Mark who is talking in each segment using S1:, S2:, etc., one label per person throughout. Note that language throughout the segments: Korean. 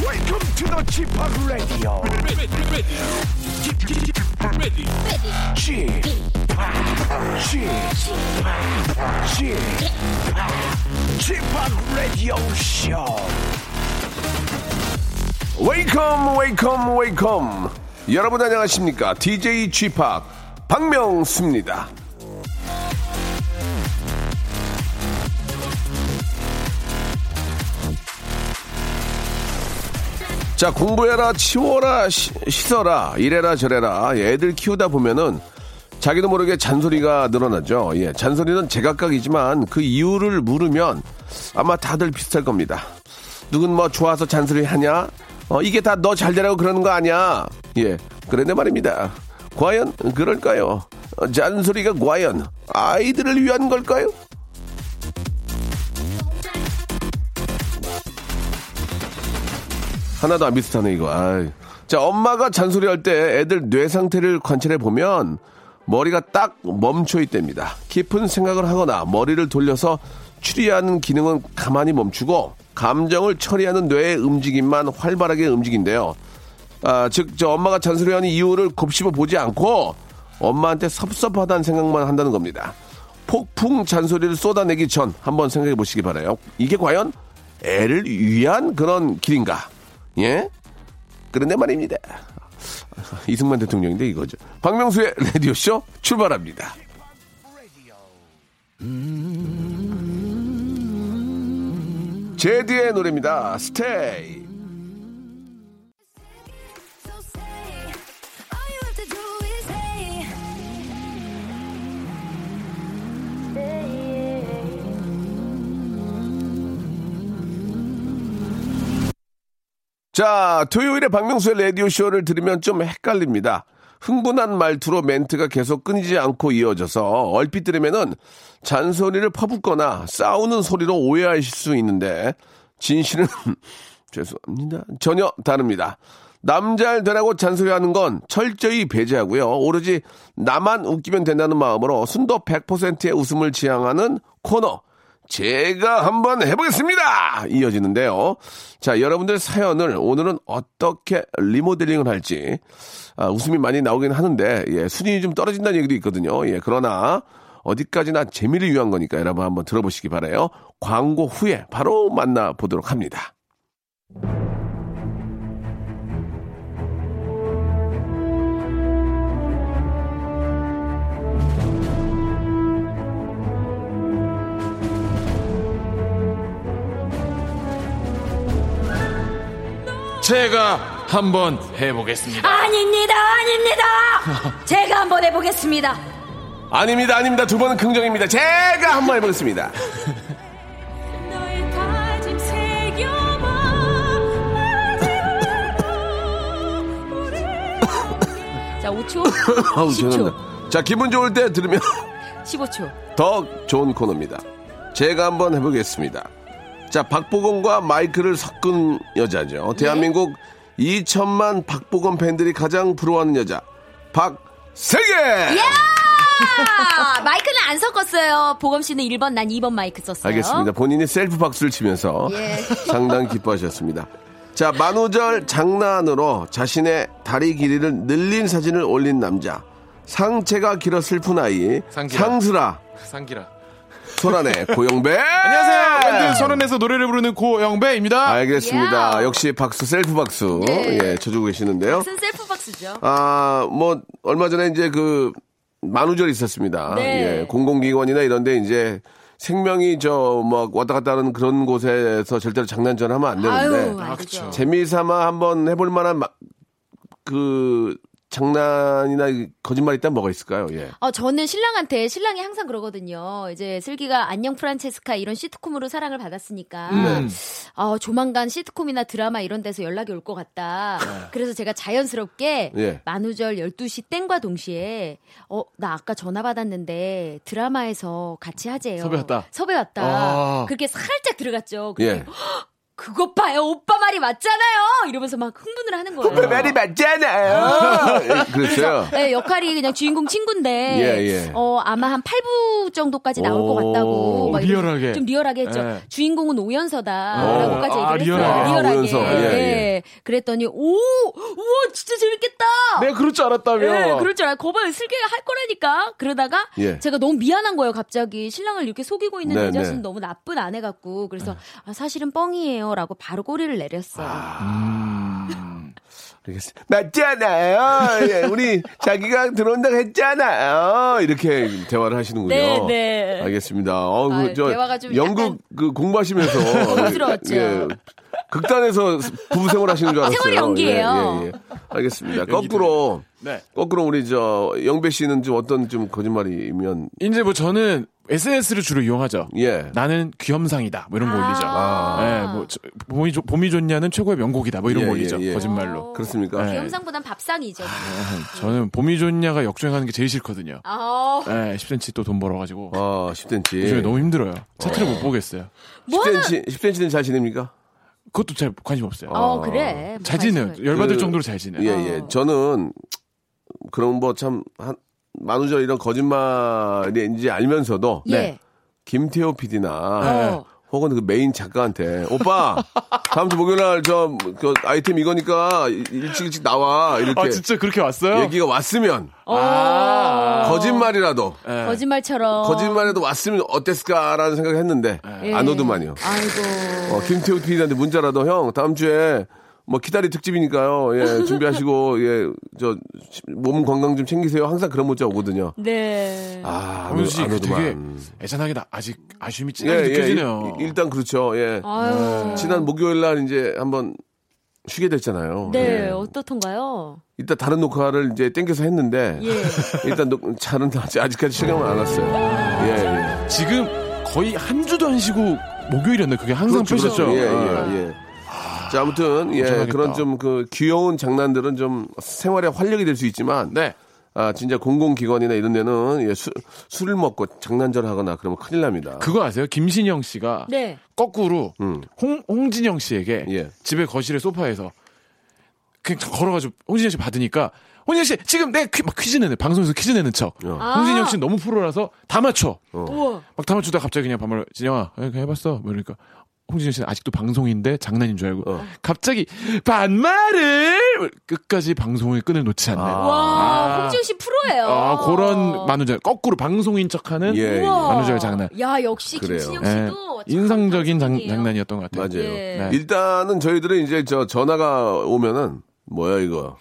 S1: Welcome to the g p o p Radio.
S2: ready, ready, ready, ready.
S1: g p o p g p o p g p o p Radio Show.
S3: 웨이컴 웨이컴 웨이컴 여러분 안녕하십니까 DJ g p o p 박명수입니다 자 공부해라 치워라 시- 씻어라 이래라 저래라 예, 애들 키우다 보면은 자기도 모르게 잔소리가 늘어나죠 예 잔소리는 제각각이지만 그 이유를 물으면 아마 다들 비슷할 겁니다 누군 뭐 좋아서 잔소리 하냐 어 이게 다 너 잘 되라고 그러는 거 아니야 예 그런데 말입니다 과연 그럴까요 어, 잔소리가 과연 아이들을 위한 걸까요 하나도 안 비슷하네 이거. 아이. 자 엄마가 잔소리할 때 애들 뇌 상태를 관찰해 보면 머리가 딱 멈춰 있답니다. 깊은 생각을 하거나 머리를 돌려서 추리하는 기능은 가만히 멈추고 감정을 처리하는 뇌의 움직임만 활발하게 움직인데요. 아, 즉, 저 엄마가 잔소리하는 이유를 곱씹어 보지 않고 엄마한테 섭섭하다는 생각만 한다는 겁니다. 폭풍 잔소리를 쏟아내기 전 한번 생각해 보시기 바라요. 이게 과연 애를 위한 그런 길인가? 예? 그런데 말입니다. 이승만 대통령인데 이거죠. 박명수의 라디오쇼 출발합니다. 제디의 노래입니다. 스테이.
S4: So say, all you have to do is hey.
S3: 자, 토요일에 박명수의 라디오쇼를 들으면 좀 헷갈립니다. 흥분한 말투로 멘트가 계속 끊이지 않고 이어져서 얼핏 들으면은 잔소리를 퍼붓거나 싸우는 소리로 오해하실 수 있는데 진실은 죄송합니다. 전혀 다릅니다. 남잘 되라고 잔소리하는 건 철저히 배제하고요. 오로지 나만 웃기면 된다는 마음으로 순도 100%의 웃음을 지향하는 코너 제가 한번 해보겠습니다! 이어지는데요. 자, 여러분들 사연을 오늘은 어떻게 리모델링을 할지, 아, 웃음이 많이 나오긴 하는데, 예, 순위는 좀 떨어진다는 얘기도 있거든요. 예, 그러나, 어디까지나 재미를 위한 거니까 여러분 한번 들어보시기 바라요. 광고 후에 바로 만나보도록 합니다.
S2: 제가 한번 해보겠습니다.
S5: 아닙니다, 아닙니다. 제가 한번 해보겠습니다.
S3: 아닙니다, 아닙니다. 두 번은 긍정입니다. 제가 한번 해보겠습니다.
S4: 너의 다짐 새겨봐. 하지 말고 우리
S5: 자, 5초,
S3: 아우,
S5: 10초,
S3: 죄송합니다. 자, 기분 좋을 때 들으면
S5: 15초.
S3: 더 좋은 코너입니다. 제가 한번 해보겠습니다. 자, 박보검과 마이크를 섞은 여자죠. 대한민국 2천만 박보검 팬들이 가장 부러워하는 여자. 박세계!
S5: 아, 마이크는 안 섞었어요. 보검 씨는 1번, 난 2번 마이크 썼어요.
S3: 알겠습니다. 본인이 셀프 박수를 치면서
S5: 예.
S3: 상당히 기뻐하셨습니다. 자, 만우절 장난으로 자신의 다리 길이를 늘린 사진을 올린 남자. 상체가 길어 슬픈 아이.
S2: 상기라.
S3: 상수라.
S2: 상기라.
S3: 소란의 고영배.
S2: 안녕하세요. 완전 서른에서 노래를 부르는 고영배입니다.
S3: 알겠습니다.
S5: 야.
S3: 역시 박수, 셀프 박수.
S5: 네.
S3: 예, 쳐주고 계시는데요.
S5: 무슨 셀프 박스죠?
S3: 아, 뭐, 얼마 전에 이제 그, 만우절이 있었습니다.
S5: 네.
S3: 예, 공공기관이나 이런데 이제 생명이 저, 뭐, 왔다 갔다 하는 그런 곳에서 절대로 장난전 하면 안
S5: 아유,
S3: 되는데.
S5: 안
S2: 그쵸.
S5: 되죠.
S3: 재미삼아 한번 해볼 만한 마- 그, 장난이나 거짓말 있다면 뭐가 있을까요? 예.
S5: 어, 저는 신랑한테 신랑이 항상 그러거든요. 이제 슬기가 안녕 프란체스카 이런 시트콤으로 사랑을 받았으니까
S2: 네.
S5: 어, 조만간 시트콤이나 드라마 이런 데서 연락이 올 것 같다.
S2: 네.
S5: 그래서 제가 자연스럽게
S3: 예.
S5: 만우절 12시 땡과 동시에 어, 나 아까 전화 받았는데 드라마에서 같이 하재요.
S2: 섭외 왔다.
S5: 섭외 왔다.
S2: 아.
S5: 그렇게 살짝 들어갔죠. 그때
S3: 예.
S5: 그것 봐요 오빠 말이 맞잖아요 이러면서 막 흥분을 하는 거예요.
S3: 말이 맞잖아요. 예, 그랬어요.
S5: 네, 역할이 그냥 주인공 친구인데
S3: 예, 예.
S5: 어 아마 한 8부 정도까지 나올 것 같다고
S3: 오,
S5: 막 이런-
S2: 리얼하게.
S5: 좀 리얼하게 했죠.
S2: 예.
S5: 주인공은 오연서다라고까지
S2: 아,
S5: 얘기를 했어요. 네.
S2: 리얼하게.
S3: 아, 오연서. 예, 예.
S5: 그랬더니 오 우와 진짜 재밌겠다.
S3: 네,
S2: 내가 그럴 줄 알았다며.
S5: 예, 그럴 줄 알고 거봐요. 슬기가 할 거라니까. 그러다가
S3: 예.
S5: 제가 너무 미안한 거예요. 갑자기 신랑을 이렇게 속이고 있는
S3: 네,
S5: 이
S3: 네.
S5: 자식은 너무 나쁜 아내 같고 그래서 아, 사실은 뻥이에요라고 바로 꼬리를 내렸어요.
S3: 아, 알겠습니다. 맞잖아요. 예, 우리 자기가 들어온다고 했잖아요. 이렇게 대화를 하시는군요.
S5: 네, 네.
S3: 알겠습니다. 어, 그,
S5: 아,
S3: 저
S5: 대화가 좀
S3: 연극
S5: 약간-
S3: 그 공부하시면서 예,
S5: 부끄러웠죠. 아,
S3: 극단에서 부부 생활 하시는 줄 알았어요.
S5: 생활이 연기예요.
S3: 예, 예, 예. 알겠습니다. 거꾸로
S2: 네.
S3: 거꾸로 우리 저 영배 씨는 좀 어떤 좀 거짓말이면
S2: 이제 뭐 저는 SNS를 주로 이용하죠.
S3: 예.
S2: 나는 귀염상이다. 뭐 이런 거
S5: 아.
S2: 올리죠.
S5: 아.
S2: 예, 뭐 저- 봄이, 좋- 봄이 좋냐는 최고의 명곡이다. 뭐 이런
S3: 예,
S2: 거 올리죠.
S3: 예, 예.
S2: 거짓말로.
S3: 그렇습니까?
S2: 네.
S5: 귀염상보단 밥상이죠.
S3: 아.
S2: 저는 봄이 좋냐가 역주행하는 게 제일 싫거든요.
S5: 아,
S2: 예, 10cm 또 돈 벌어가지고.
S3: 아, 10cm.
S2: 요즘에 너무 힘들어요. 차트를 못 보겠어요.
S5: 뭐는
S3: 10cm, 10cm는 잘 지냅니까?
S2: 그것도 잘 관심 없어요.
S5: 어 그래.
S2: 잘 지내요. 열받을
S3: 그-
S2: 정도로 잘 아, 지내요.
S3: 예, 예. 저는 그런 뭐 참 한, 만우절 이런 거짓말인지 알면서도
S5: 예.
S3: 김태호 PD나
S5: 어.
S3: 혹은 그 메인 작가한테 오빠 다음 주 목요일 날저 그 아이템 이거니까 일- 일찍 일찍 나와 이렇게
S2: 아, 진짜 그렇게 왔어요? 어.
S3: 얘기가 왔으면
S5: 아.
S3: 거짓말이라도
S2: 예.
S5: 네. 거짓말처럼.
S3: 거짓말이라도 왔으면 어땠을까라는 생각했는데
S5: 예.
S3: 안 오더만요.
S5: 아이고.
S3: 어, 김태우 PD한테 문자라도 형 다음 주에 뭐 기다리 특집이니까요. 예, 준비하시고 예 저 몸 건강 좀 챙기세요. 항상 그런 문자 오거든요.
S5: 네.
S3: 아,
S2: 박명수 씨
S3: 안
S2: 그 되게
S3: 오더만.
S2: 애잔하게 나 아직 아쉬움이
S3: 예,
S2: 진하게
S3: 예,
S2: 느껴지네요.
S3: 일, 단 그렇죠. 예.
S5: 아유.
S3: 지난 목요일 날 이제 한번 쉬게 됐잖아요.
S5: 네,
S3: 예.
S5: 어떻던가요?
S3: 일단 다른 녹화를 이제 땡겨서 했는데
S5: 예.
S3: 일단 녹, 잘은 아직- 아직까지 실감을 안 왔어요. 예, 예.
S2: 지금 거의 한 주도 안 쉬고 목요일이었네. 그게 항상
S3: 그렇죠,
S2: 펼쳤죠. 어. 아.
S3: 그렇죠. 예, 예, 예. 자, 아무튼 예,
S2: 엄청나겠다.
S3: 그런 좀 그 귀여운 장난들은 좀 생활의 활력이 될 수 있지만
S2: 네.
S3: 아, 진짜 공공기관이나 이런 데는 예, 수, 술을 먹고 장난질 하거나 그러면 큰일 납니다.
S2: 그거 아세요? 김신영 씨가
S5: 네.
S2: 거꾸로
S3: 음.
S2: 홍, 홍진영 씨에게
S3: 예.
S2: 집에 거실의 소파에서 그냥 걸어가지고 홍진영 씨 받으니까 홍진영 씨 지금 내가 퀴, 막 퀴즈 내는 방송에서 퀴즈 내는 척
S3: 어.
S5: 아.
S2: 홍진영 씨는 너무 프로라서 다 맞춰
S5: 우와.
S2: 막 다 맞추다 가 갑자기 그냥 반말 진영아 그냥 해봤어 뭐 이러니까 홍진영 씨는 아직도 방송인데 장난인 줄 알고
S3: 어.
S2: 갑자기 반말을 끝까지 방송의 끈을 놓지 않는 아,
S5: 와, 홍지영 씨 프로예요.
S2: 그런 만우절 거꾸로 방송인 척하는
S3: 아, 예, 예.
S5: 우와.
S2: 만우절 장난
S5: 야, 역시
S3: 그래요.
S5: 김신영
S2: 예,
S5: 씨도 참
S2: 인상적인 장,
S5: 방송인이에요.
S2: 장난이었던 것 같아요
S3: 맞아요.
S5: 예.
S2: 네.
S3: 일단은 저희들은 이제 저 전화가 오면은 뭐야 이거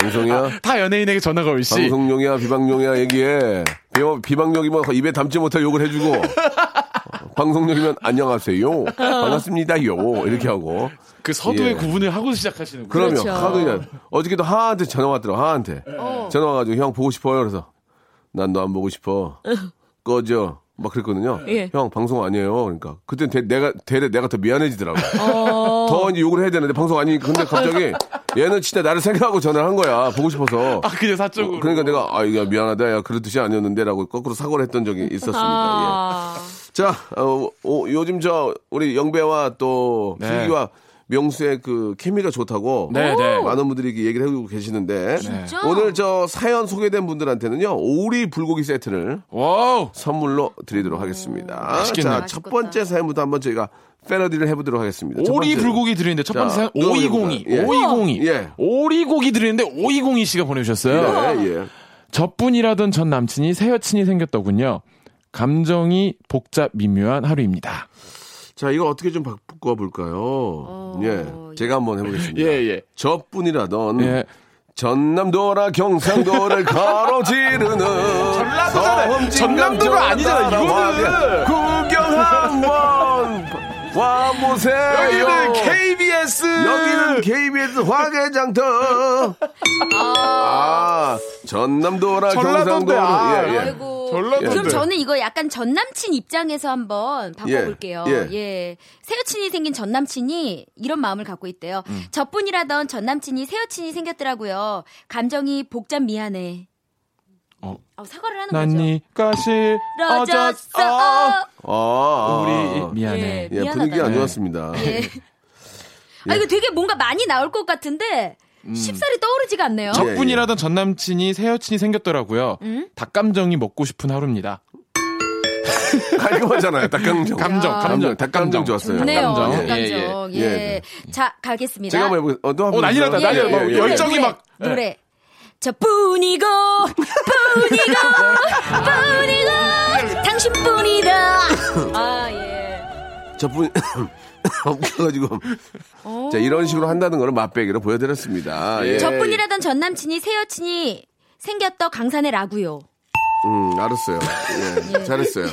S3: 방송이야?
S2: 다 연예인에게 전화가 올 시
S3: 방송용이야 비방용이야 얘기해 비방- 비방용이면 뭐 입에 담지 못할 욕을 해주고 어, 방송용이면
S2: 어.
S3: 안녕하세요 반갑습니다요 이렇게 하고
S2: 그 서두의
S3: 예.
S2: 구분을 하고 시작하시는 거예요
S3: 그러면
S5: 그렇죠.
S3: 하도 어저께도 하한테 전화 왔더라고 하한테
S5: 어.
S3: 전화 와가지고 형 보고 싶어요 그래서 난 너 안 보고 싶어 꺼져 막 그랬거든요
S5: 예.
S3: 형 방송 아니에요 그러니까 그때 대, 내가 대래 내가 더 미안해지더라고
S5: 어.
S3: 더 이제 욕을 해야 되는데 방송 아니니까 근데 갑자기 얘는 진짜 나를 생각하고 전화를 한 거야 보고 싶어서
S2: 아 그냥 사적으로
S3: 그러니까 내가 아 이거 미안하다 야 그런 뜻이 아니었는데라고 거꾸로 사과를 했던 적이 있었습니다.
S5: 아.
S3: 예. 자 어, 어, 요즘 저 우리 영배와 또
S2: 네.
S3: 슬기와 명수의 그 케미가 좋다고
S2: 네, 네.
S3: 많은 분들이 이렇게 얘기를 해주고 계시는데
S5: 진짜?
S3: 오늘 저 사연 소개된 분들한테는요 오리 불고기 세트를
S2: 와우
S3: 선물로 드리도록 하겠습니다.
S2: 맛있겠네.
S3: 자 첫 번째 사연부터 한번 저희가 패러디를 해보도록 하겠습니다. 첫
S2: 오리
S3: 번째.
S2: 불고기 드리는데 첫 번째
S3: 자,
S2: 사연 5202
S3: 예.
S2: 5202
S3: 예.
S2: 오리 고기 드리는데 5202 씨가 보내주셨어요
S3: 네, 예.
S2: 저뿐이라던 전 남친이 새 여친이 생겼더군요. 감정이 복잡 미묘한 하루입니다.
S3: 자 이거 어떻게 좀 바꿔 볼까요?
S5: 어,
S3: 예,
S5: 예.
S3: 제가 한번 해보겠습니다.
S2: 예.
S3: 저뿐이라던
S2: 예.
S3: 전남도라 경상도를 가로지르는
S2: 전라도잖아요.
S3: 서울
S2: 전남도가 아니잖아,
S3: 따라
S2: 이거는. 그
S3: 와- 구경 한번 와보세요
S2: KBS.
S3: 여기는 KBS 화개장터 아 전남도라
S2: 전라도인데,
S3: 경상도로
S2: 아.
S3: 예, 예.
S5: 아이고.
S2: 전라도인데.
S5: 그럼 저는 이거 약간 전 남친 입장에서 한번 바꿔볼게요.
S3: 예,
S5: 예.
S3: 예.
S5: 새 여친이 생긴 전 남친이 이런 마음을 갖고 있대요. 저뿐이라던 전 남친이 새 여친이 생겼더라고요. 감정이 복잡 미안해.
S2: 어,
S5: 어, 사과를 하는
S2: 난
S5: 거죠.
S2: 네가 싫어졌어.
S5: 러졌어.
S3: 아,
S2: 우리
S3: 아.
S2: 미안해.
S5: 예.
S3: 예, 분위기 안
S5: 미안하다. 네.
S3: 좋았습니다.
S5: 예. 아 이거 되게 뭔가 많이 나올 것 같은데 쉽사리 떠오르지가 않네요.
S3: 저-
S2: 적분이라던 전 남친이 새 여친이 생겼더라고요. 닭감정이 먹고 싶은 하루입니다.
S3: 깔끔하잖아요. 닭강정.
S2: 감정, 감정,
S3: 닭감정 좋았어요.
S5: 좋네요.
S2: 감정.
S5: 감정.
S2: 예, 예.
S5: 예, 자 가겠습니다.
S3: 제가 한번 해보겠습니다. 어, 또 한번 예,
S2: 오, 난리 났다,
S3: 해주세요.
S2: 난리 났다. 막
S5: 노래,
S2: 열정이
S5: 노래,
S2: 막- 예.
S5: 노래. 저뿐이고 뿐이고 뿐이고 당신뿐이다. 아 예.
S3: 저뿐 없어가지고 자 이런 식으로 한다는 거를 맛배기로 보여드렸습니다. 예.
S5: 저뿐이라던 전 남친이 새 여친이 생겼더 강산해라고요.
S3: 음, 알았어요. 예, 잘했어요.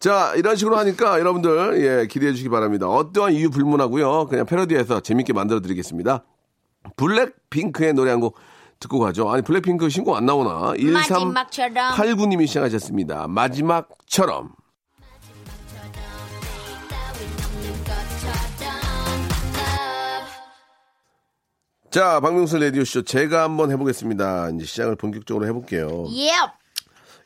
S3: 자, 이런 식으로 하니까 여러분들, 예, 기대해 주시기 바랍니다. 어떠한 이유 불문하고요. 그냥 패러디해서 재밌게 만들어 드리겠습니다. 블랙핑크의 노래 한 곡 듣고 가죠. 아니, 블랙핑크 신곡 안 나오나?
S5: 1389
S3: 1389님이 시작하셨습니다. 마지막처럼. 자, 박명수 레디오쇼 제가 한번 해보겠습니다. 이제 시작을 본격적으로 해볼게요.
S5: Yep.
S3: 아.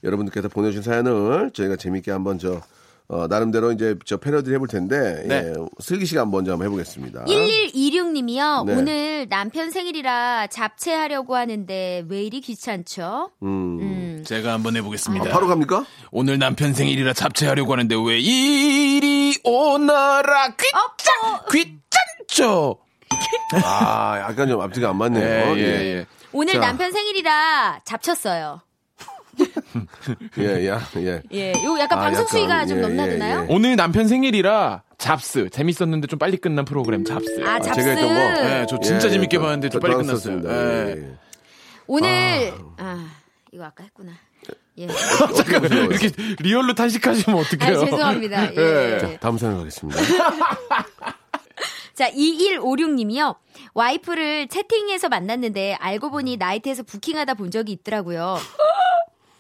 S3: 여러분들께서 보내주신 사연을 저희가 재밌게 한번 저 어, 나름대로 이제 저 패러디를 해볼 텐데
S2: 네.
S3: 예, 슬기 씨가 한번 먼저 한번 해보겠습니다.
S5: 1126님이요.
S3: 네.
S5: 오늘 남편 생일이라 잡채하려고 하는데 왜 이리 귀찮죠?
S3: 음.
S2: 제가 한번
S3: 아,
S2: 해보겠습니다.
S3: 바로 갑니까?
S2: 오늘 남편 생일이라 잡채하려고 하는데 왜 이리 오너라 귀짠 귀짠죠.
S3: 아 약간 좀 앞뒤가 안 맞네요.
S2: 예,
S3: 예,
S2: 예, 예.
S5: 오늘
S3: 자.
S5: 남편 생일이라 잡쳤어요.
S3: 예, 예, 예.
S5: 예, 요 약간
S3: 아,
S5: 방송
S3: 약간,
S5: 수위가
S3: 예,
S5: 좀
S3: 예,
S5: 넘나드나요?
S3: 예.
S2: 오늘 남편 생일이라 잡스 재밌었는데 좀 빨리 끝난 프로그램 잡스.
S5: 아, 잡스.
S3: 제가 했던 거.
S2: 예, 저 진짜
S3: 예,
S2: 재밌게
S3: 저-
S2: 봤는데 좀
S3: 저
S2: 빨리
S3: 당황스럽습니다.
S2: 끝났어요.
S3: 예,
S2: 예.
S3: 예, 예.
S5: 오늘 아, 이거 아까 했구나. 예.
S2: 잠깐 이렇게 리얼로 탄식하시면
S5: 아,
S2: 어떡해요?
S5: 죄송합니다. 예.
S3: 자, 다음 사연 가겠습니다.
S5: 자, 2156님이요. 와이프를 채팅에서 만났는데 알고
S3: 음.
S5: 보니 나이트에서 부킹하다 본 적이 있더라고요.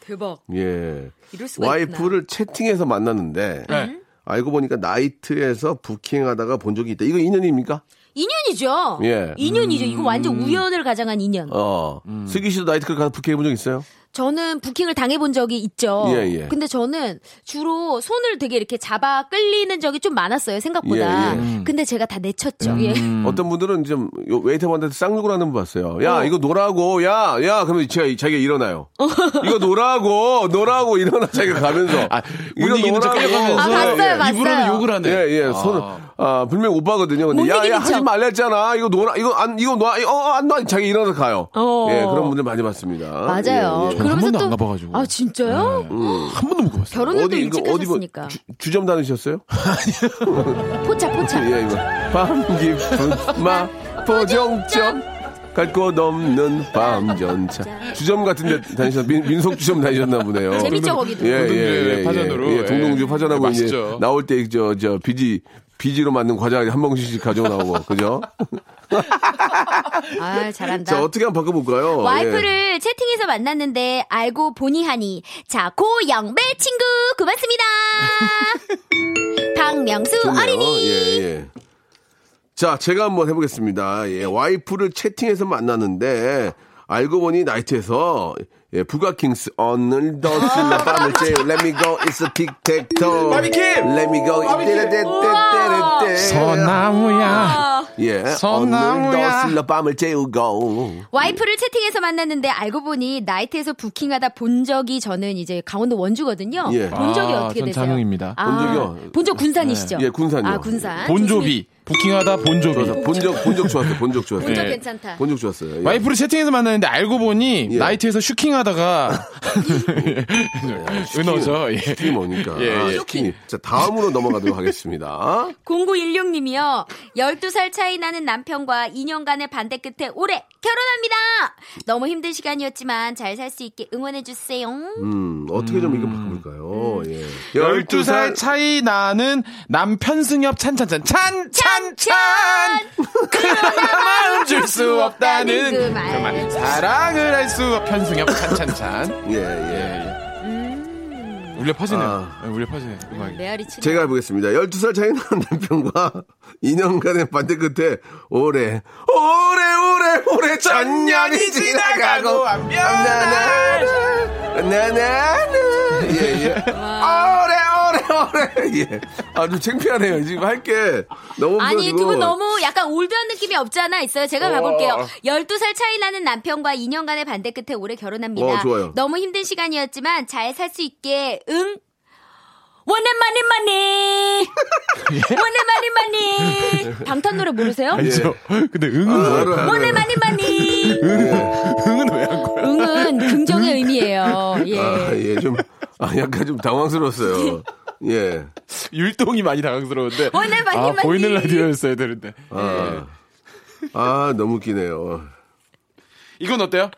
S5: 대박.
S3: 예.
S5: 이럴 수가 있구나.
S3: 와이프를 채팅에서 만났는데
S2: 네.
S3: 알고 보니까 나이트에서 부킹하다가 본 적이 있다. 이거 인연입니까?
S5: 인연이죠.
S3: 예. 음.
S5: 인연이죠. 이거 완전 우연을 가장한 인연.
S3: 어.
S2: 음.
S3: 슬기 씨도 나이트클 가서 부킹해 본 적 있어요?
S5: 저는 부킹을 당해본 적이 있죠.
S3: 예, 예.
S5: 근데 저는 주로 손을 되게 이렇게 잡아 끌리는 적이 좀 많았어요. 생각보다.
S3: 예, 음. 예.
S5: 근데 제가 다 내쳤죠. 예.
S2: 음.
S3: 어떤 분들은 좀 요- 웨이터분한테 쌍욕을 하는 분 봤어요. 야 이거 놀라고 야 야 그러면 제가 자기가 일어나요. 이거 놀라고 놀라고 일어나 자기가 가면서
S2: 아, 못 이기는 척 끌려가면서
S5: 아, 봤어요,
S2: 예, 입으로는
S5: 봤어요.
S2: 욕을 하네.
S3: 예예 손을 아 분명 오빠거든요. 근데
S5: 못
S3: 야야
S5: 이기는
S3: 하지
S5: 척.
S3: 말랬잖아. 이거 놀아 이거 안 이거 놔 어안놔 자기 일어나 서 가요.
S5: 어.
S3: 예 그런 분들 많이 봤습니다.
S5: 맞아요.
S3: 예, 예.
S2: 그- 한 번도 안 가봐가지고. 네.
S5: 아, 진짜요?
S2: 한 번도 못 가봤어요.
S5: 결혼을 또
S3: 어디 이거
S5: 일찍
S3: 어디 뭐
S5: 하셨으니까.
S3: 주- 주점 다니셨어요?
S5: 포차, 포차.
S3: 예 이거 밤 깊은 마 포정점 갈곳 없는 밤 전차 주점 같은데 다니셨 민, 민속 주점 다니셨나 보네요.
S5: 재밌죠, 거기도.
S3: 예예
S2: 동동주의
S3: 예,
S2: 파전으로.
S3: 예, 동동주
S2: 예.
S3: 파전하고 이제
S2: 맛있죠.
S3: 나올 때 저 저 비지 비지로 만든 과자 한 봉지씩 가지고 나오고 그죠?
S5: 아, 잘한다.
S3: 자 어떻게 한번 바꿔볼까요? 예.
S5: 와이프를 채팅에서 만났는데 알고 보니 하니 자 고영배 친구 고맙습니다. 박명수
S3: 좋네요.
S5: 어린이
S3: 예, 예. 자, 제가 한번 해보겠습니다.
S5: 네.
S3: 예, 와이프를 채팅에서 만났는데, 알고 보니 나이트에서, 예, 부가킹스, 오늘 더
S5: 아.
S3: 신나 밤을 째 Let me go, it's a tic tac toe.
S2: 바비킴!
S3: Let me go,
S2: 바비킴!
S3: 떼떼떼떼떼떼.
S2: 서나무야.
S5: 아,
S3: 예, 오늘
S2: 선나무야.
S3: 더 신나 밤을 재우고.
S5: 와이프를 채팅에서 만났는데 알고 보니 나이트에서 부킹하다 본 적이 저는 이제 강원도 원주거든요.
S3: 예.
S5: 본 적이
S2: 아,
S5: 어떻게
S2: 전
S5: 되세요?
S2: 자명입니다.
S5: 아,
S3: 본 적이요?
S5: 본적 군산이시죠?
S3: 예. 예, 군산이요.
S5: 아 군산.
S2: 본조비 부킹하다
S5: 네.
S2: 본조비.
S3: 그래서 본적, 본적 좋았어요, 본적 좋았어요.
S5: 본적
S2: 예.
S5: 괜찮다.
S3: 본적 좋았어요. 예.
S2: 와이프를 채팅에서 만났는데 알고 보니
S3: 예.
S2: 나이트에서 슈킹하다가 예. 은어죠. 예.
S3: 스킨이 뭐니까.
S2: 예, 예.
S3: 스킨이. 자, 다음으로 넘어가도록 하겠습니다.
S5: 0916님이요. 12살 차이 나는 남편과 2년간의 반대 끝에 올해 결혼합니다. 너무 힘든 시간이었지만 잘 살 수 있게 응원해 주세요.
S3: 음, 어떻게 좀 이거 바꿔볼까요?
S5: 음.
S3: 예.
S2: 12살 차이 나는 남편 승엽 찬찬찬 찬찬찬 그러나 마음 줄 수 없다는
S5: 그
S2: 그
S5: 말.
S2: 말 사랑을 할 수 없편 승엽 찬찬찬
S3: 예, 예.
S2: 우리 울려 퍼지네요. 네, 울려 퍼지네요. 음악이.
S5: 메아리 치네.
S3: 제가 해보겠습니다. 12살 차이 나는 남편과 2년간의 반대 끝에 오래, 오래, 오래, 오래, 전년이 지나가고, 나나나, 나나나, 예, 예. 오래, 오래, 오래, 예. 아, 좀 창피하네요. 지금 할게 너무
S5: 아니
S3: 없어가지고.
S5: 두 분 너무 약간 올드한 느낌이 없지 않아 있어요. 제가 가볼게요. 12살 차이 나는 남편과 2년간의 반대 끝에 올해 결혼합니다.
S3: 어, 좋아요.
S5: 너무 힘든 시간이었지만 잘 살 수 있게 응. 원앤마니 마니 원앤마니 마니 방탄 노래 모르세요?
S2: 알죠? 근데 응은
S3: 아,
S2: 뭐예요?
S3: 알아요, 알아요.
S5: 원앤마니 마니
S2: 응은 왜 한 거야?
S5: 응은 긍정의 의미예요. 예.
S3: 아, 예, 좀, 아, 약간 좀 당황스러웠어요. 예.
S2: 율동이 많이 당황스러운데.
S5: 원해, 많이,
S2: 아,
S5: 많이.
S2: 보이는 라디오였어야 되는데.
S5: 예.
S3: 아, 아 너무 웃기네요.
S2: 이건 어때요?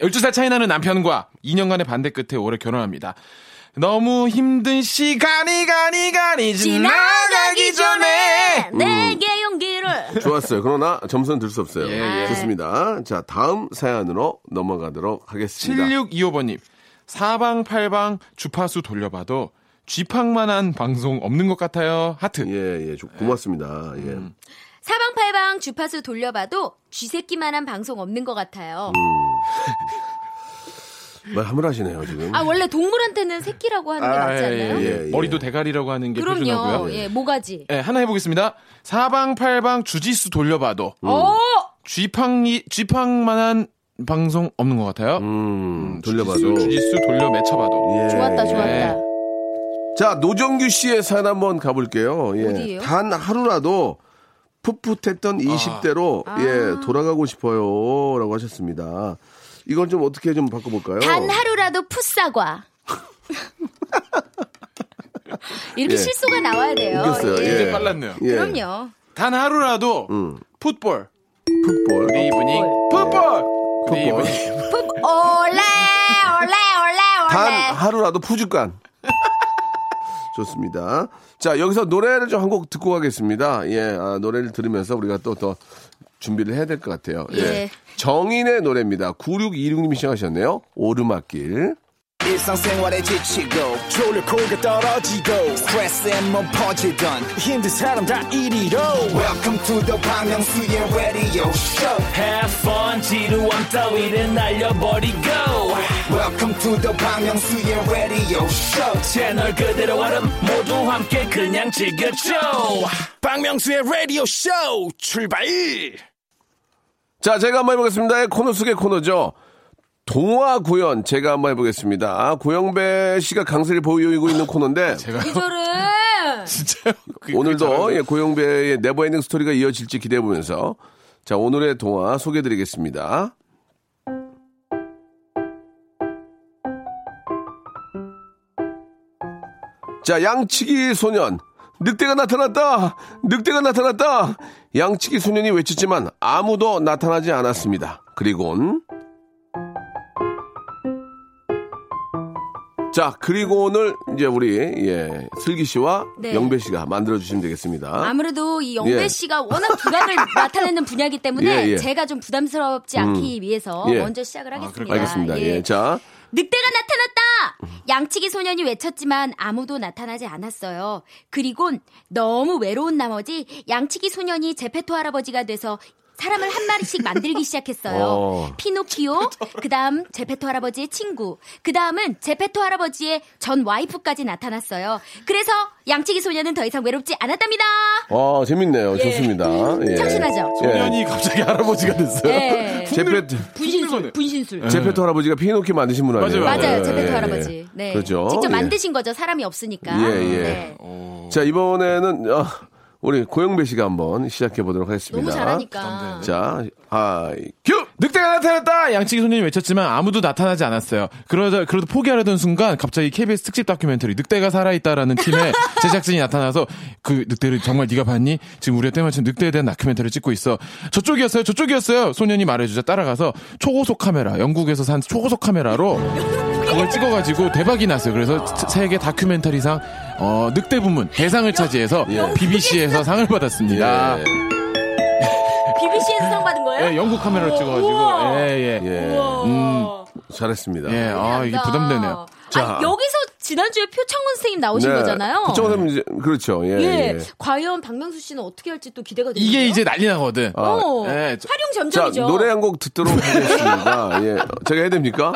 S2: 12살 차이 나는 남편과 2년간의 반대 끝에 올해 결혼합니다. 너무 힘든 시간이 가니 가니 지나가기 전에
S3: 음.
S5: 내게 용기를
S3: 좋았어요. 그러나 점수는 들 수 없어요.
S2: 예, 예.
S3: 좋습니다. 자, 다음 사연으로 넘어가도록 하겠습니다.
S2: 7625번님 사방팔방 주파수 돌려봐도 쥐팡만한 방송 없는 것 같아요. 하트.
S3: 예, 예, 조- 고맙습니다. 예.
S5: 음. 사방팔방 주파수 돌려봐도 쥐새끼만한 방송 없는 것 같아요.
S3: 말 함을하시네요 지금.
S5: 아 원래 동물한테는 새끼라고 하는 게 맞지 않나요?
S3: 음. 예, 예.
S2: 머리도 대가리라고 하는 게
S5: 그럼요.
S2: 표준하고요.
S5: 예, 모가지.
S2: 예, 하나 해보겠습니다. 사방팔방 주지수 돌려봐도
S3: 음.
S5: 어!
S2: 쥐팡이 쥐팡만한 방송 없는 것 같아요.
S3: 음, 돌려봐도.
S2: 주짓수, 주짓수 돌려 맺혀봐도.
S3: 예,
S5: 좋았다,
S3: 예.
S5: 좋았다.
S3: 자, 노정규 씨의 사연 한번 가볼게요. 예.
S5: 어디예요?
S3: 단 하루라도 풋풋했던
S2: 아.
S3: 20대로
S5: 아.
S3: 예 돌아가고 싶어요라고 하셨습니다. 이건 좀 어떻게 좀 바꿔볼까요?
S5: 단 하루라도 풋사과. 이렇게
S3: 예.
S5: 실수가 나와야 돼요.
S3: 웃겼어요.
S5: 예.
S2: 이제
S3: 예.
S2: 빨랐네요.
S3: 예.
S5: 그럼요.
S2: 단 하루라도
S3: 음.
S2: 풋볼.
S3: 풋볼.
S2: 굿 이브닝. 풋볼. 굿
S3: 풋볼.
S2: 네, 이브닝.
S5: 올레, 올레, 올레,
S3: 단
S5: 올레.
S3: 하루라도 푸주간. 좋습니다. 자, 여기서 노래를 좀 한 곡 듣고 가겠습니다. 예, 아, 노래를 들으면서 우리가 또 더 준비를 해야 될 것 같아요. 예.
S5: 예.
S3: 정인의 노래입니다. 9626님이 시작하셨네요. 오르막길.
S6: 일상생활에 지치고, 졸려 코가 떨어지고, 스트레스에 몸 퍼지던, 힘든 사람 다 이리로. welcome to the Bang Myung-soo's radio show
S7: Have fun 지루함 따위를 날려버리고
S6: welcome to the Bang Myung-soo's radio show
S7: 채널 그대로 얼음 모두 함께 그냥 즐겨줘 박명수의 라디오 쇼 출발
S3: 자, 제가 한번 해보겠습니다. 예, 코너 속의 코너죠. 동화 구연 제가 한번 해보겠습니다. 아, 고영배 씨가 강세를 보이고 있는 코너인데
S5: 이거를
S2: 진짜요? 그게
S3: 오늘도
S2: 잘하네.
S3: 예, 고영배의 네버엔딩 스토리가 이어질지 기대해보면서 자 오늘의 동화 소개해드리겠습니다. 자 양치기 소년 늑대가 나타났다 늑대가 나타났다 양치기 소년이 외쳤지만 아무도 나타나지 않았습니다. 그리고는 자 그리고 오늘 이제 우리 예 슬기 씨와
S5: 네.
S3: 영배 씨가 만들어 주시면 되겠습니다.
S5: 아무래도 이 영배
S3: 예.
S5: 씨가 워낙 불안을 나타내는 분야이기 때문에
S3: 예, 예.
S5: 제가 좀 부담스럽지 않기 위해서
S3: 예.
S5: 먼저 시작을 하겠습니다.
S3: 알겠습니다. 예. 자,
S5: 늑대가 나타났다! 양치기 소년이 외쳤지만 아무도 나타나지 않았어요. 그리곤 너무 외로운 나머지 양치기 소년이 제페토 할아버지가 돼서 사람을 한 마리씩 만들기 시작했어요.
S3: 어.
S5: 피노키오, 그 다음 제페토 할아버지의 친구, 그 다음은 제페토 할아버지의 전 와이프까지 나타났어요. 그래서 양치기 소년은 더 이상 외롭지 않았답니다.
S3: 어, 재밌네요. 좋습니다.
S5: 음,
S3: 예.
S5: 참신하죠?
S3: 예.
S2: 소년이 갑자기 할아버지가 됐어요.
S5: 예.
S3: 제페토,
S5: 분신술, 분신술.
S3: 제페토 할아버지가 피노키 만드신 분 아니에요?
S2: 맞아요.
S5: 맞아요,
S3: 어, 예,
S5: 제페토
S3: 예,
S5: 할아버지. 네.
S3: 그렇죠.
S5: 직접
S3: 예.
S5: 만드신 거죠, 사람이 없으니까.
S3: 예, 예.
S5: 네.
S3: 자, 이번에는 어, 우리 고영배 씨가 한번 시작해 보도록 하겠습니다.
S5: 너무 잘하니까.
S3: 자, 하이 큐!
S2: 늑대가 나타났다! 양치기 소년이 외쳤지만 아무도 나타나지 않았어요. 그러자, 그래도 포기하려던 순간 갑자기 KBS 특집 다큐멘터리 늑대가 살아있다라는 팀의 제작진이 나타나서 그 늑대를 정말 네가 봤니? 지금 우리가 때마침 늑대에 대한 다큐멘터리를 찍고 있어. 저쪽이었어요, 저쪽이었어요! 소년이 말해주자 따라가서 초고속 카메라, 영국에서 산 초고속 카메라로 그걸 찍어가지고 대박이 났어요. 그래서 세- 세계 다큐멘터리상, 어, 늑대 부문 대상을 차지해서 BBC에서 상을 받았습니다.
S3: 예.
S5: BBC에서 상 받은 거예요?
S2: 예, 영국 카메라로 찍어가지고. 예, 예.
S3: 예. 잘했습니다.
S2: 예, 아, 이게 아, 부담되네요.
S5: 아, 여기서 지난주에 표창원 선생님 나오신 거잖아요.
S3: 네. 부천 선생님 이제 그렇죠. 예.
S5: 예.
S3: 예.
S5: 과연 박명수 씨는 어떻게 할지 또 기대가 되네요.
S2: 이게 이제 난리 나거든.
S5: 어,
S2: 예, 저-
S5: 활용
S3: 자
S5: 점점이죠.
S3: 노래 한 곡 듣도록 하겠습니다. 예. 제가 해야 됩니까?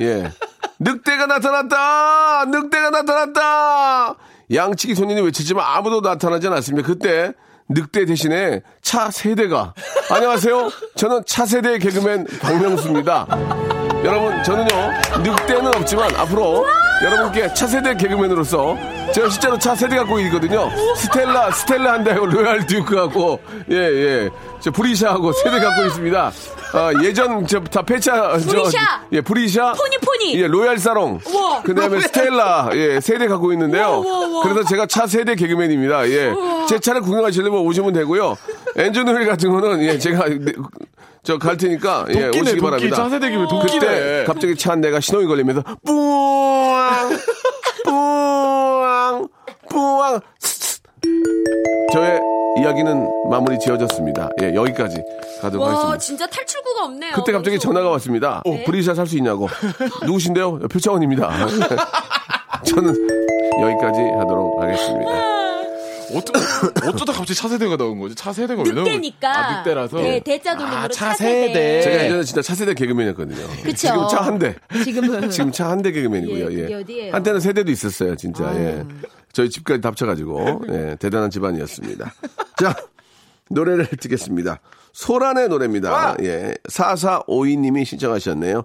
S3: 예. 늑대가 나타났다. 늑대가 나타났다. 양치기 소년이 외치지만 아무도 나타나지 않았습니다. 그때 늑대 대신에 차 세대가 안녕하세요. 저는 차 세대의 개그맨 박명수입니다. 여러분 저는요 늑대는 없지만 앞으로 여러분께 차세대 개그맨으로서 제가 실제로 차세대 갖고 있거든요 스텔라 스텔라 한 대하고 로얄 듀크하고 예예 저 브리샤하고 세대 갖고 있습니다 아, 예전 저다 폐차 저,
S5: 브리샤!
S3: 예 브리샤
S5: 포니, 포니!
S3: 예 로얄 사롱
S5: 우와.
S3: 그다음에 스텔라 예 세대 갖고 있는데요
S5: 우와, 우와, 우와.
S3: 그래서 제가 차세대 개그맨입니다 예 제 차를 구경하시려면 오시면 되고요 엔진 오일 같은 거는 예 제가 저 갈 테니까 예
S2: 도끼네,
S3: 오시기
S2: 도끼.
S3: 바랍니다
S2: 차세대기면 도끼네.
S3: 그때 갑자기 차 한 대가 신호이 걸리면서 뿌앙 뿌앙 뿌앙 스스. 저의 이야기는 마무리 지어졌습니다. 예, 여기까지 가도록
S5: 와,
S3: 하겠습니다.
S5: 진짜 네. 탈출구가 없네요.
S3: 그때 갑자기
S5: 명수.
S3: 전화가 왔습니다. 어, 브리샤 살 수 있냐고. 누구신데요? 표창원입니다. 저는 여기까지 하도록 하겠습니다.
S2: 어쩌, 아, 어쩌다 갑자기 차세대가 나온 거지? 차세대가 왜 나온 거지?
S5: 늑대니까.
S2: 아, 늑대라서.
S5: 네, 대자 돌림으로
S2: 아,
S5: 차세대.
S2: 차세대.
S3: 제가 예전에 진짜 차세대 개그맨이었거든요.
S5: 네. 그쵸.
S3: 지금 차 한 대.
S5: 지금은
S3: 지금 차 한 대 개그맨이고요.
S5: 예,
S3: 예,
S5: 그게 어디예요?
S3: 한때는 세 대도 있었어요, 진짜. 예. 저희 집까지 답쳐가지고 예, 대단한 집안이었습니다. 자 노래를 듣겠습니다. 소란의 노래입니다. 예, 4452님이 신청하셨네요.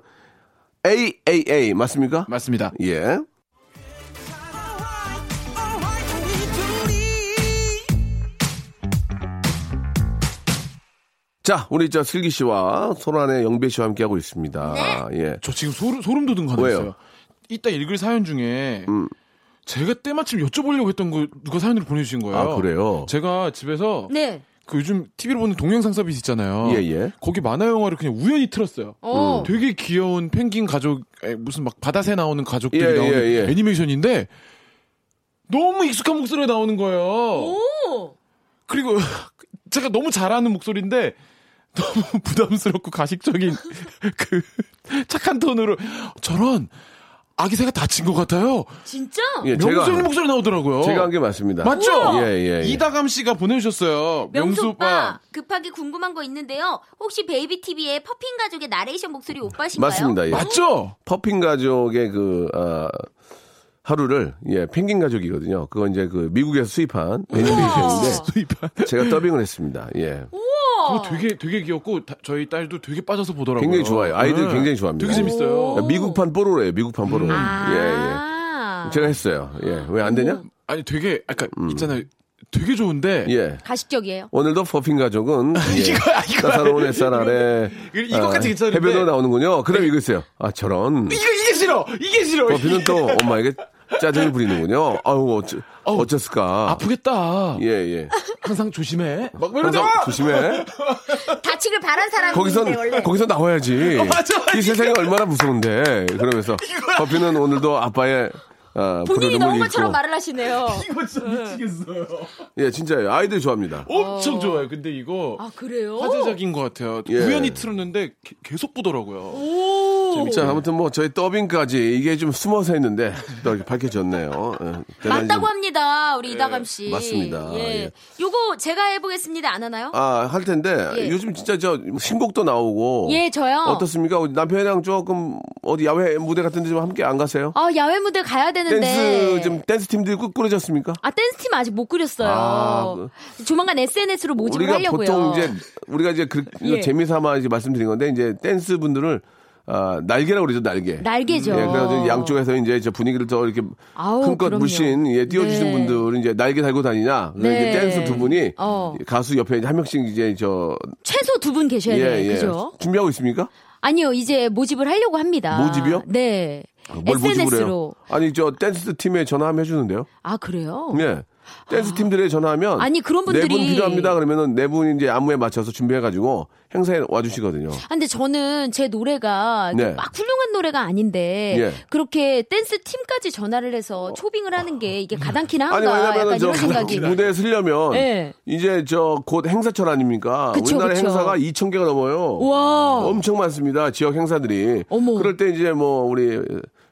S3: AAA 맞습니까?
S2: 맞습니다.
S3: 예. 자, 우리 저 슬기 씨와 소란의 영배 씨와 함께 하고 있습니다. 예.
S2: 저 지금 소름, 소름 돋은 거 하나
S3: 왜요?
S2: 있어요. 음. 이따 읽을 사연 중에 제가 때마침 여쭤보려고 했던 거 누가 사연으로 보내주신 거예요.
S3: 아, 그래요?
S2: 제가 집에서
S5: 네.
S2: 그 요즘 TV로 보는 동영상 서비스 있잖아요.
S3: 예, 예.
S2: 거기 만화 영화를 그냥 우연히 틀었어요.
S5: 어.
S2: 되게 귀여운 펭귄 가족 에, 무슨 막 바다새 나오는 가족들이
S3: 예,
S2: 나오는
S3: 예, 예.
S2: 애니메이션인데 너무 익숙한 목소리가 나오는 거예요.
S5: 오!
S2: 그리고 제가 너무 잘하는 목소리인데 너무 부담스럽고 가식적인 그 착한 톤으로 저런 아기새가 다친 것 같아요.
S5: 진짜?
S3: 예,
S2: 명수님 목소리 나오더라고요.
S3: 제가 한 게 맞습니다.
S2: 맞죠?
S3: 예, 예, 예.
S2: 이다감 씨가 보내주셨어요.
S5: 명수 오빠 급하게 궁금한 거 있는데요. 혹시 베이비 TV의 퍼핀 가족의 나레이션 목소리 오빠신가요?
S3: 맞습니다. 예.
S2: 맞죠?
S3: 퍼핀 가족의 그 아, 하루를 예 펭귄 가족이거든요. 그건 이제 그 미국에서 수입한
S5: 어.
S3: 애니메이션인데
S2: 수입한.
S3: 제가 더빙을 했습니다. 예,
S2: 그거 되게 되게 귀엽고 다- 저희 딸도 되게 빠져서 보더라고요.
S3: 굉장히 좋아요. 아이들이
S2: 네.
S3: 굉장히 좋아합니다.
S2: 되게 재밌어요.
S3: 미국판 뽀로로예요. 미국판 뽀로로.
S2: 음.
S3: 예,
S5: 아.
S3: 예. 제가 했어요. 예, 왜 안 되냐?
S2: 아니 되게 아까 있잖아요. 되게 좋은데
S3: 음. 예.
S5: 가식적이에요.
S3: 오늘도 퍼핀 가족은 예,
S2: 아, 이거야, 이거야.
S3: 따사로운 햇살 아래
S2: 이거- 이거까지 괜찮은데.
S3: 해변으로 나오는군요. 그럼 이거 있어요. 아 저런
S2: 이거 이게 싫어. 이게 싫어.
S3: 퍼핀은 또 엄마에게 짜증을 부리는군요. 아우 어쩌,
S2: 어우,
S3: 어쩌을까
S2: 아프겠다.
S3: 예 예.
S2: 항상 조심해. 막
S3: 항상 조심해.
S5: 다치길 바란 사람이
S3: 거기서 거기서
S5: 어,
S3: 나와야지.
S2: 맞아.
S3: 이 세상이 얼마나 무서운데. 그러면서 커피는 오늘도 아빠의 아,
S5: 본인이
S3: 부르름을
S5: 넣은
S3: 잊고.
S5: 것처럼 말을 하시네요.
S2: 이거
S3: 아,
S2: 진짜 미치겠어요.
S3: 예, 진짜요. 아이들 좋아합니다.
S2: 엄청 좋아요. 근데 이거
S5: 어. 아 그래요?
S2: 화제적인 것 같아요.
S3: 예.
S2: 우연히 틀었는데 게- 계속 보더라고요.
S3: 자, 아무튼 뭐 저희 더빙까지 이게 좀 숨어서 했는데 또 이렇게 밝혀졌네요. 예, 대단히
S5: 맞다고
S3: 좀-
S5: 합니다, 우리 이다감 씨.
S3: 예, 맞습니다.
S5: 예.
S3: 예.
S5: 요거 제가 해보겠습니다. 안 하나요?
S3: 아, 할 텐데
S5: 예.
S3: 요즘 진짜 저 신곡도 나오고
S5: 예, 저요.
S3: 어. 어떻습니까? 우리 남편이랑 조금 어디 야외 무대 같은 데 좀 함께 안 가세요?
S5: 아 야외 무대 가야 되는데.
S3: 댄스 좀 댄스 팀들이 꾹 꾸러졌습니까?
S5: 아 댄스 팀 아직 못 그렸어요.
S3: 아,
S5: 조만간 SNS로 모집을
S3: 우리가
S5: 하려고요.
S3: 보통 이제 우리가 이제 그
S5: 예.
S3: 재미삼아 이제 말씀드린 건데 이제 댄스 분들을 아, 날개라고 그러죠 날개.
S5: 날개죠.
S3: 예, 그래서 이제 양쪽에서 이제 저 분위기를 더 이렇게
S5: 아우,
S3: 큰껏
S5: 그럼요.
S3: 물씬 예, 띄워주시는
S5: 네.
S3: 분들은 이제 날개 달고 다니냐. 그래서
S5: 네.
S3: 이제 댄스 두 분이
S5: 어.
S3: 가수 옆에 이제 한 명씩 이제 저
S5: 최소 두 분
S3: 예,
S5: 계셔야 돼요. 네, 그죠?
S3: 준비하고 있습니까?
S5: 아니요, 이제 모집을 하려고 합니다.
S3: 모집이요? 아,
S5: 네.
S3: 뭘 모집을 해요?
S5: SNS로.
S3: 아니 저 댄스 팀에 전화하면 해주는데요.
S5: 아 그래요?
S3: 예. 댄스 팀들에 전화하면
S5: 아니, 그런 분들이-
S3: 네분 필요합니다 그러면은 네 분 이제 안무에 맞춰서 준비해가지고 행사에 와주시거든요.
S5: 아, 근데 저는 제 노래가 그
S3: 네.
S5: 막 훌륭한 노래가 아닌데
S3: 예. 어.
S5: 그렇게 댄스 팀까지 전화를 해서 초빙을 하는 게 이게 가당키나 한가
S3: 아니
S5: 약간
S3: 왜냐면은 저
S5: 이런 생각이
S3: 무대에 서려면
S5: 예.
S3: 이제 저 곧 행사철 아닙니까?
S5: 그쵸,
S3: 우리나라
S5: 그쵸.
S3: 행사가 2천 개가 넘어요.
S5: 와.
S3: 엄청 많습니다. 지역 행사들이.
S5: 어머.
S3: 그럴 때 이제 뭐 우리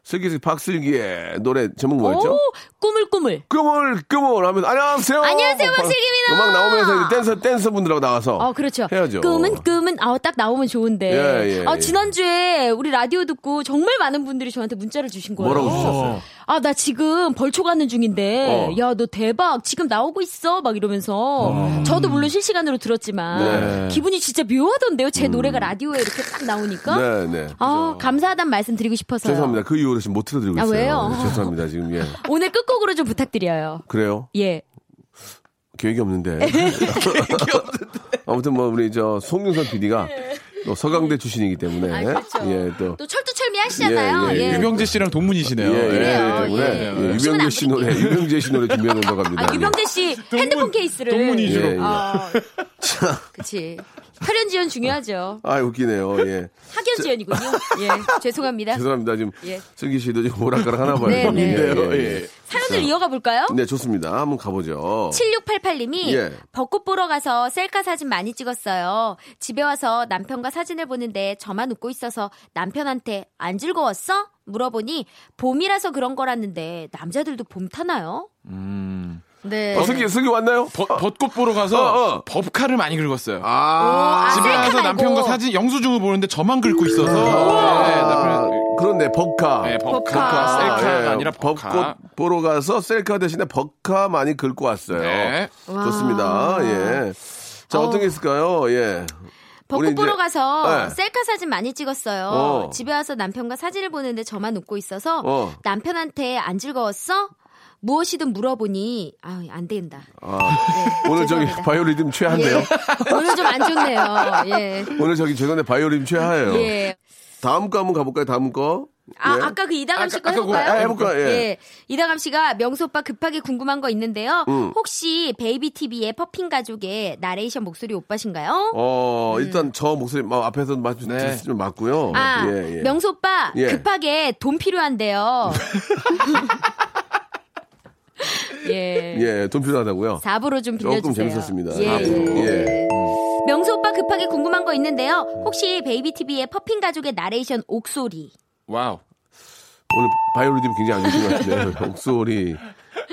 S3: 슬기슬기 박슬기의 노래 제목 뭐였죠?
S5: 오, 꾸물꾸물.
S3: 끄물 끄물 하면서 안녕하세요.
S5: 안녕하세요,
S3: 막
S5: 박슬기입니다.
S3: 음악 나오면서 이제 댄서 댄서 분들하고 나가서
S5: 어, 그렇죠.
S3: 해야죠.
S5: 꿈은 꿈은 아, 딱 나오면 좋은데.
S3: 예, 예,
S5: 아,
S3: 예.
S5: 지난주에 우리 라디오 듣고 정말 많은 분들이 저한테 문자를 주신 거예요.
S3: 뭐라고 주셨어요?
S5: 아, 나 지금 벌초 가는 중인데,
S3: 어.
S5: 야, 너 대박. 지금 나오고 있어. 막 이러면서. 저도 물론 실시간으로 들었지만,
S3: 음. 네. 음.
S5: 기분이 진짜 묘하던데요. 제 노래가 라디오에 이렇게 딱 나오니까.
S3: 네, 네.
S5: 어. 아, 감사하다는 말씀 드리고 싶어서요.
S3: 죄송합니다. 그 이후로 지금 못 틀어드리고
S5: 아,
S3: 있어요.
S5: 왜요?
S3: 네, 죄송합니다. 지금 예
S5: 오늘 끝곡으로 좀 부탁드려요.
S3: 그래요.
S5: 예.
S3: 계획이 없는데. 아무튼 뭐 우리 저 송윤선 PD가 또 서강대 출신이기 때문에
S5: 네. 아, 그렇죠.
S3: 예 또.
S5: 또 철두철미하시잖아요.
S3: 예, 예, 예.
S2: 유병재 씨랑 동문이시네요.
S3: 예, 예,
S5: 그래요.
S3: 예, 때문에
S5: 예.
S3: 예,
S5: 지금은
S3: 유병재
S5: 안
S3: 씨 노래,
S5: 부를게요.
S3: 유병재 씨 노래 준비해 놓으러 갑니다.
S5: 아, 유병재 씨 핸드폰 케이스를.
S2: 동문 위주로.
S3: 예, 예.
S5: 아, 그치. 혈연 지연 중요하죠.
S3: 아, 웃기네요. 예.
S5: 학연 지연이군요. 예, 죄송합니다.
S3: 죄송합니다. 지금
S5: 예.
S3: 슬기 씨도 지금 오락가락 하나 봐요.
S5: 네, 네.
S3: 예, 예, 예.
S5: 사연을 이어가 볼까요?
S3: 네, 좋습니다. 한번 가보죠.
S5: 7688님이
S3: 예.
S5: 벚꽃 보러 가서 셀카 사진 많이 찍었어요. 집에 와서 남편과 사진을 보는데 저만 웃고 있어서 남편한테 안 즐거웠어? 물어보니 봄이라서 그런 거라는데 남자들도 봄 타나요? 네.
S3: 어, 슬기, 슬기 왔나요?
S2: 벗, 벚꽃 보러 가서
S3: 어, 어.
S2: 법카를 많이 긁었어요.
S3: 아,
S5: 아,
S2: 집에
S5: 셀카
S2: 와서
S5: 말고.
S2: 남편과 사진 영수증을 보는데 저만 긁고 있어서
S3: 음.
S2: 네,
S3: 아,
S2: 남편
S3: 그렇네, 벅카.
S2: 네, 법카,
S5: 법카.
S2: 셀카가
S3: 아, 예,
S2: 아니라 법카.
S3: 벚꽃 보러 가서 셀카 대신에 벅카 많이 긁고 왔어요.
S2: 네.
S3: 좋습니다. 예. 자, 어떤 게 있을까요? 예. 우리
S5: 벚꽃
S3: 이제-
S5: 보러 가서
S3: 네.
S5: 셀카 사진 많이 찍었어요.
S3: 어.
S5: 집에 와서 남편과 사진을 보는데 저만 웃고 있어서
S3: 어.
S5: 남편한테 안 즐거웠어? 무엇이든 물어보니 아안 된다.
S3: 아,
S5: 네,
S3: 오늘 저기
S5: 죄송합니다.
S3: 바이오리듬 최하인데요.
S5: 예. 오늘 좀 안 좋네요. 예.
S3: 오늘 저기 죄송한데 바이오리듬 최하예요.
S5: 예.
S3: 다음 거 한번 가볼까요? 다음 거.
S5: 아,
S3: 어. 예.
S5: 아까 그 이다감 씨 거
S2: 아까 그거
S5: 해볼까요?
S3: 아, 해볼까요? 예.
S5: 이다감 씨가 명수 오빠 급하게 궁금한 거 있는데요.
S3: 음.
S5: 혹시 베이비 TV의 퍼핀 가족의 나레이션 목소리 오빠신가요?
S3: 어, 일단 저 목소리 막 앞에서
S2: 네.
S3: 말씀드렸으면 맞고요.
S5: 음. 아,
S3: 예, 예.
S5: 명수 오빠
S3: 예.
S5: 급하게 돈 필요한데요. 예.
S3: 예, 돈 필요하다고요.
S5: 4부로 좀 빌려주세요.
S3: 조금 재밌었습니다.
S5: 예,
S3: 사부.
S5: 예.
S3: 예.
S5: 명수 오빠 급하게 궁금한 거 있는데요. 혹시 베이비 TV의 퍼핀 가족의 나레이션 옥소리.
S2: 와우.
S3: 오늘 바이오리듬 굉장히 안 좋으신 것 같아요. 목소리.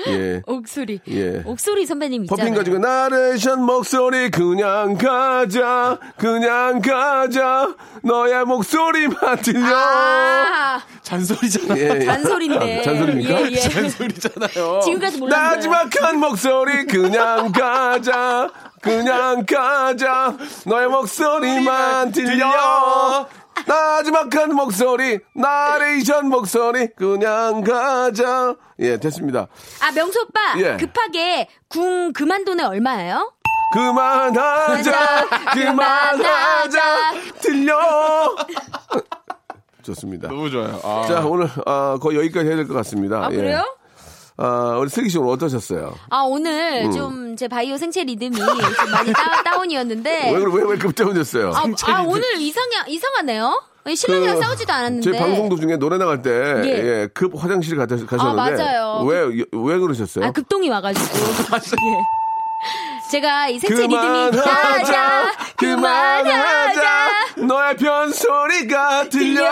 S3: 예.
S5: 옥소리.
S3: 예.
S5: 옥소리 선배님 있잖아요.
S3: 퍼핀 가지고 나레이션 목소리 그냥 가자 그냥 가자 너의 목소리만 들려
S5: 아,
S2: 잔소리잖아.
S3: 예, 예.
S5: 잔소리인데.
S3: 아, 잔소리입니까?
S5: 예, 예.
S2: 잔소리잖아요.
S5: 지금까지 몰랐어요.
S3: 나지막한 목소리 그냥 가자 그냥 가자 너의 목소리만 들려 나지막한 목소리 나레이션 목소리 그냥 가자 예 됐습니다
S5: 아, 명수 오빠
S3: 예.
S5: 급하게 궁 그만돈에 얼마예요?
S3: 그만하자
S5: 맞아.
S3: 그만하자 들려 좋습니다
S2: 너무 좋아요. 아.
S3: 자 오늘 아, 거의 여기까지 해야 될 것 같습니다
S5: 아,
S3: 예.
S5: 그래요?
S3: 아, 우리 슬기 씨 오늘 어떠셨어요
S5: 아, 오늘
S3: 음.
S5: 좀 제 바이오 생체 리듬이 좀 많이 다, 운이었는데
S3: 왜 그래 왜왜 급정졌어요
S5: 네. 아, 아, 오늘 이상해, 이상하네요? 아니, 신랑이랑 싸우지도 않았는데.
S3: 그, 제 방송 도중에 노래 나갈 때,
S5: 예. 아,
S3: 예, 급 화장실 가, 가셨는데.
S5: 맞아요.
S3: 왜, 왜 그러셨어요?
S5: 아, 급동이 와가지고. 예. 제가 이 생체 리듬이
S3: 그만하자,
S5: 가자, 그만하자.
S3: 그만하자, 너의 변소리가 들려.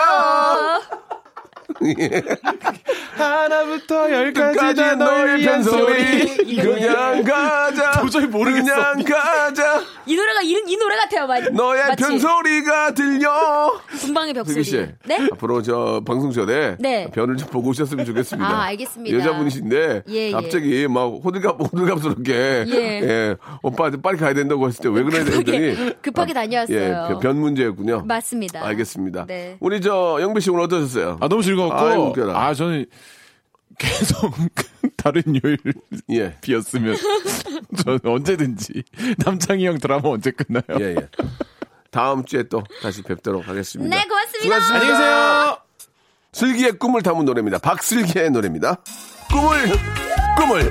S2: 하나부터 열까지
S3: 음, 끝까지
S2: 다
S3: 너의
S2: 너의 변소리. 네.
S3: 변소리. 그냥 가자.
S2: 도저히 모르겠어.
S3: 그냥 가자.
S5: 이 노래가, 이, 이 노래 같아요, 맞,
S3: 너의
S5: 맞지?
S3: 변소리가 들려.
S5: 분방의
S3: 슬기
S5: 벽소리.
S3: 씨.
S5: 네?
S3: 앞으로 저 방송 전에
S5: 네.
S3: 변을 좀 보고 오셨으면 좋겠습니다.
S5: 아, 알겠습니다.
S3: 여자분이신데
S5: 예, 예.
S3: 갑자기 막 호들갑 호들갑스럽게
S5: 예.
S3: 예, 오빠 이제 빨리 가야 된다고 했을 때 왜 그러냐 했더니
S5: 급하게, 급하게 다녀왔어요.
S3: 예, 변 문제였군요.
S5: 맞습니다.
S3: 알겠습니다.
S5: 네.
S3: 우리 저 영배 씨 오늘 어떠셨어요?
S2: 아, 너무
S3: 아이,
S2: 즐거웠고.
S3: 웃겨라.
S2: 아, 저는 계속 다른 요일
S3: 예.
S2: 비었으면 저는 언제든지 남창희 형 드라마 언제 끝나요?
S3: 예, 예. 다음 주에 또 다시 뵙도록 하겠습니다.
S5: 네, 고맙습니다.
S3: 수고하셨습니다.
S2: 안녕히 계세요.
S3: 슬기의 꿈을 담은 노래입니다. 박슬기의 노래입니다. 꿈을 꿈을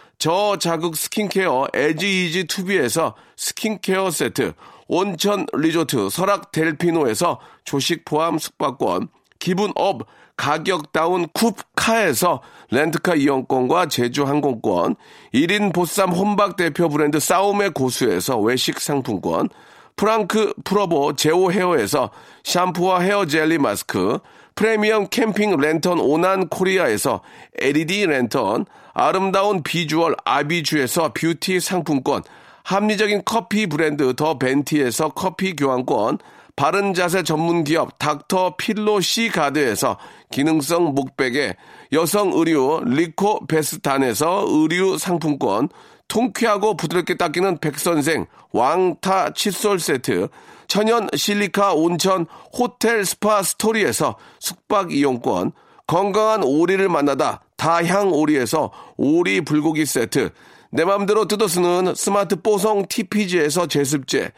S3: 저자극 스킨케어 에지이지 투비에서 스킨케어 세트, 온천 리조트 설악 델피노에서 조식 포함 숙박권, 기분 업 가격 다운 쿱카에서 렌트카 이용권과 제주 항공권 1인 보쌈 혼박 대표 브랜드 싸움의 고수에서 외식 상품권 프랑크 프로보 제오 헤어에서 샴푸와 헤어 젤리 마스크 프리미엄 캠핑 랜턴 오난 코리아에서 LED 랜턴 아름다운 비주얼 아비주에서 뷰티 상품권 합리적인 커피 브랜드 더 벤티에서 커피 교환권, 바른 자세 전문 기업 닥터 필로 시 가드에서 기능성 목베개, 여성 의류 리코 베스탄에서 의류 상품권, 통쾌하고 부드럽게 닦이는 백선생 왕타 칫솔 세트, 천연 실리카 온천 호텔 스파 스토리에서 숙박 이용권, 건강한 오리를 만나다 다향 오리에서 오리 불고기 세트, 내 맘대로 뜯어 쓰는 스마트 뽀송 TPG에서 제습제,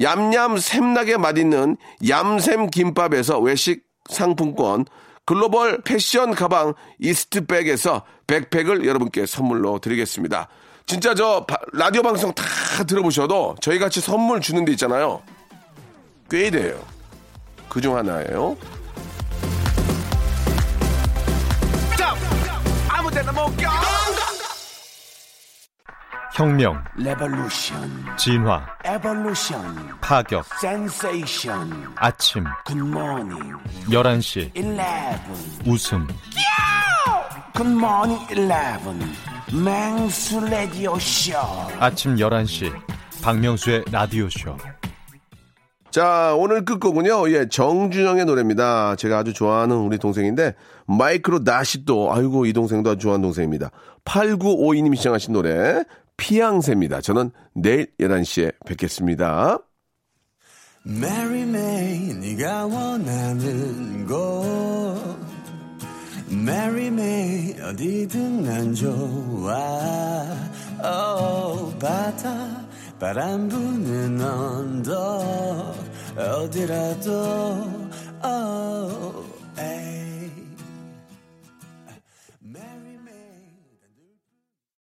S3: 얌얌 샘나게 맛있는 얌샘 김밥에서 외식 상품권, 글로벌 패션 가방 이스트백에서 백팩을 여러분께 선물로 드리겠습니다. 진짜 저 바- 라디오 방송 다 들어보셔도 저희 같이 선물 주는 데 있잖아요. 꽤 돼요. 그 중 하나예요.
S8: 혁명,
S1: Revolution,
S8: 진화,
S1: evolution,
S8: 파격,
S1: sensation.
S8: 아침,
S1: Good morning,
S8: 11시,
S1: eleven.
S8: 웃음,
S1: Good morning, eleven. 맹수 라디오 쇼.
S8: 아침 11시, 박명수의 라디오쇼.
S3: 자, 오늘 끝곡은요, 예, 정준영의 노래입니다. 제가 아주 좋아하는 우리 동생인데, 마이크로 다시 또, 아이고, 이 동생도 아주 좋아하는 동생입니다. 8952님이 시청하신 노래, 피앙새입니다. 저는 내일 11시에 뵙겠습니다.
S9: Mary May 네가 원하는 곳 Mary May 어디든 난 좋아 oh, 바다 바람 부는 언덕 어디라도 oh,